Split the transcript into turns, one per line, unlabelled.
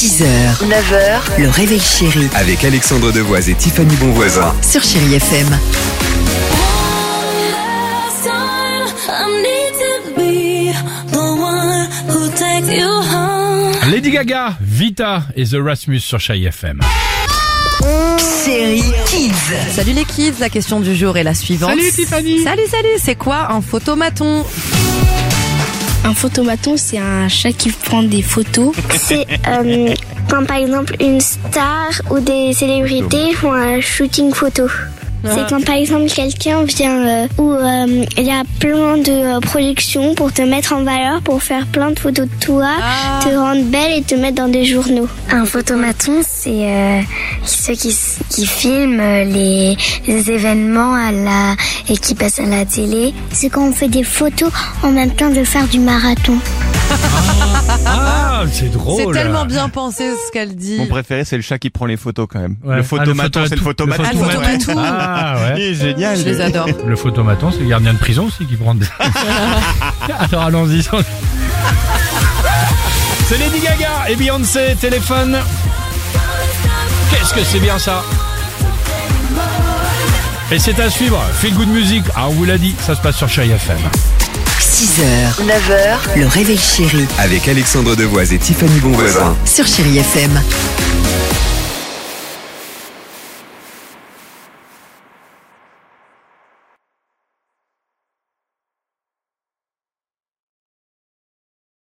6h, 9h, le réveil chéri
Avec Alexandre Devoise et Tiffany Bonvoisin.
sur Chérie FM.
One last time, I need to be the one who takes you home.
Lady Gaga, Vita et The Rasmus sur Chai FM.
Chérie Kids.
Salut les kids, la question du jour est la suivante.
Salut Tiffany.
Salut, salut, c'est quoi un photomaton
Un photomaton, c'est un chat qui prend des photos.
c'est euh, quand par exemple une star ou des célébrités font un shooting photo. C'est quand par exemple quelqu'un vient euh, où euh, il y a plein de euh, productions pour te mettre en valeur, pour faire plein de photos de toi,
Ah.
te rendre belle et te mettre dans des journaux. Un photomaton, c'est euh, ceux qui, qui filment euh, les, événements à la, et qui passent à la télé. C'est quand on fait des photos en même temps de faire du marathon.
Ah, c'est drôle.
C'est tellement bien pensé ce qu'elle dit.
Mon préféré, c'est le chat qui prend les photos quand même.
Ouais.
Le
Ah,
photomaton, c'est le photomaton.
photo-
photomaton.
Ah, le photomaton.
Ah,
Il
ouais.
est génial.
Je les adore.
Le photomaton, c'est le gardien de prison aussi qui prend des... Ah, Alors allons-y. C'est Lady Gaga et Beyoncé, téléphone. Qu'est-ce que c'est bien ça Et c'est à suivre. Feel Good Music, ah, on vous l'a dit, ça se passe sur Chai FM.
6h, 9h, le réveil chéri
Avec Alexandre Devoise et Tiffany Bonvoisin.
sur Chérie FM.